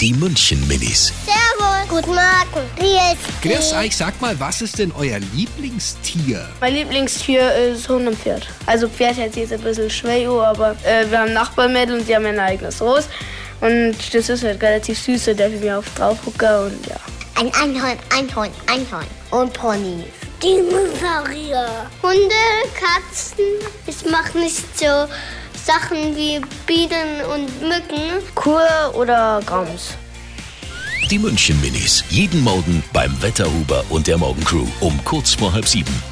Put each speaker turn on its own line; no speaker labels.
Die München Minis.
Servus. Guten Morgen. Grüß dich.
Chris, ich sag mal, was ist denn euer Lieblingstier?
Mein Lieblingstier ist Hundepferd. Also Pferd hört sich jetzt ein bisschen schwer an, aber äh, wir haben Nachbarmädel und die haben ein eigenes Haus. Und das ist halt relativ süß, da darf ich mir auf drauf gucken und ja.
Ein Einhorn, Einhorn, Einhorn. Und Ponys. Dinosaurier. Hunde, Katzen. Ich mache nicht so Sachen wie Bienen und Mücken.
Kur oder Grams?
Die München Minis. Jeden Morgen beim Wetterhuber und der Morgencrew um kurz vor halb sieben.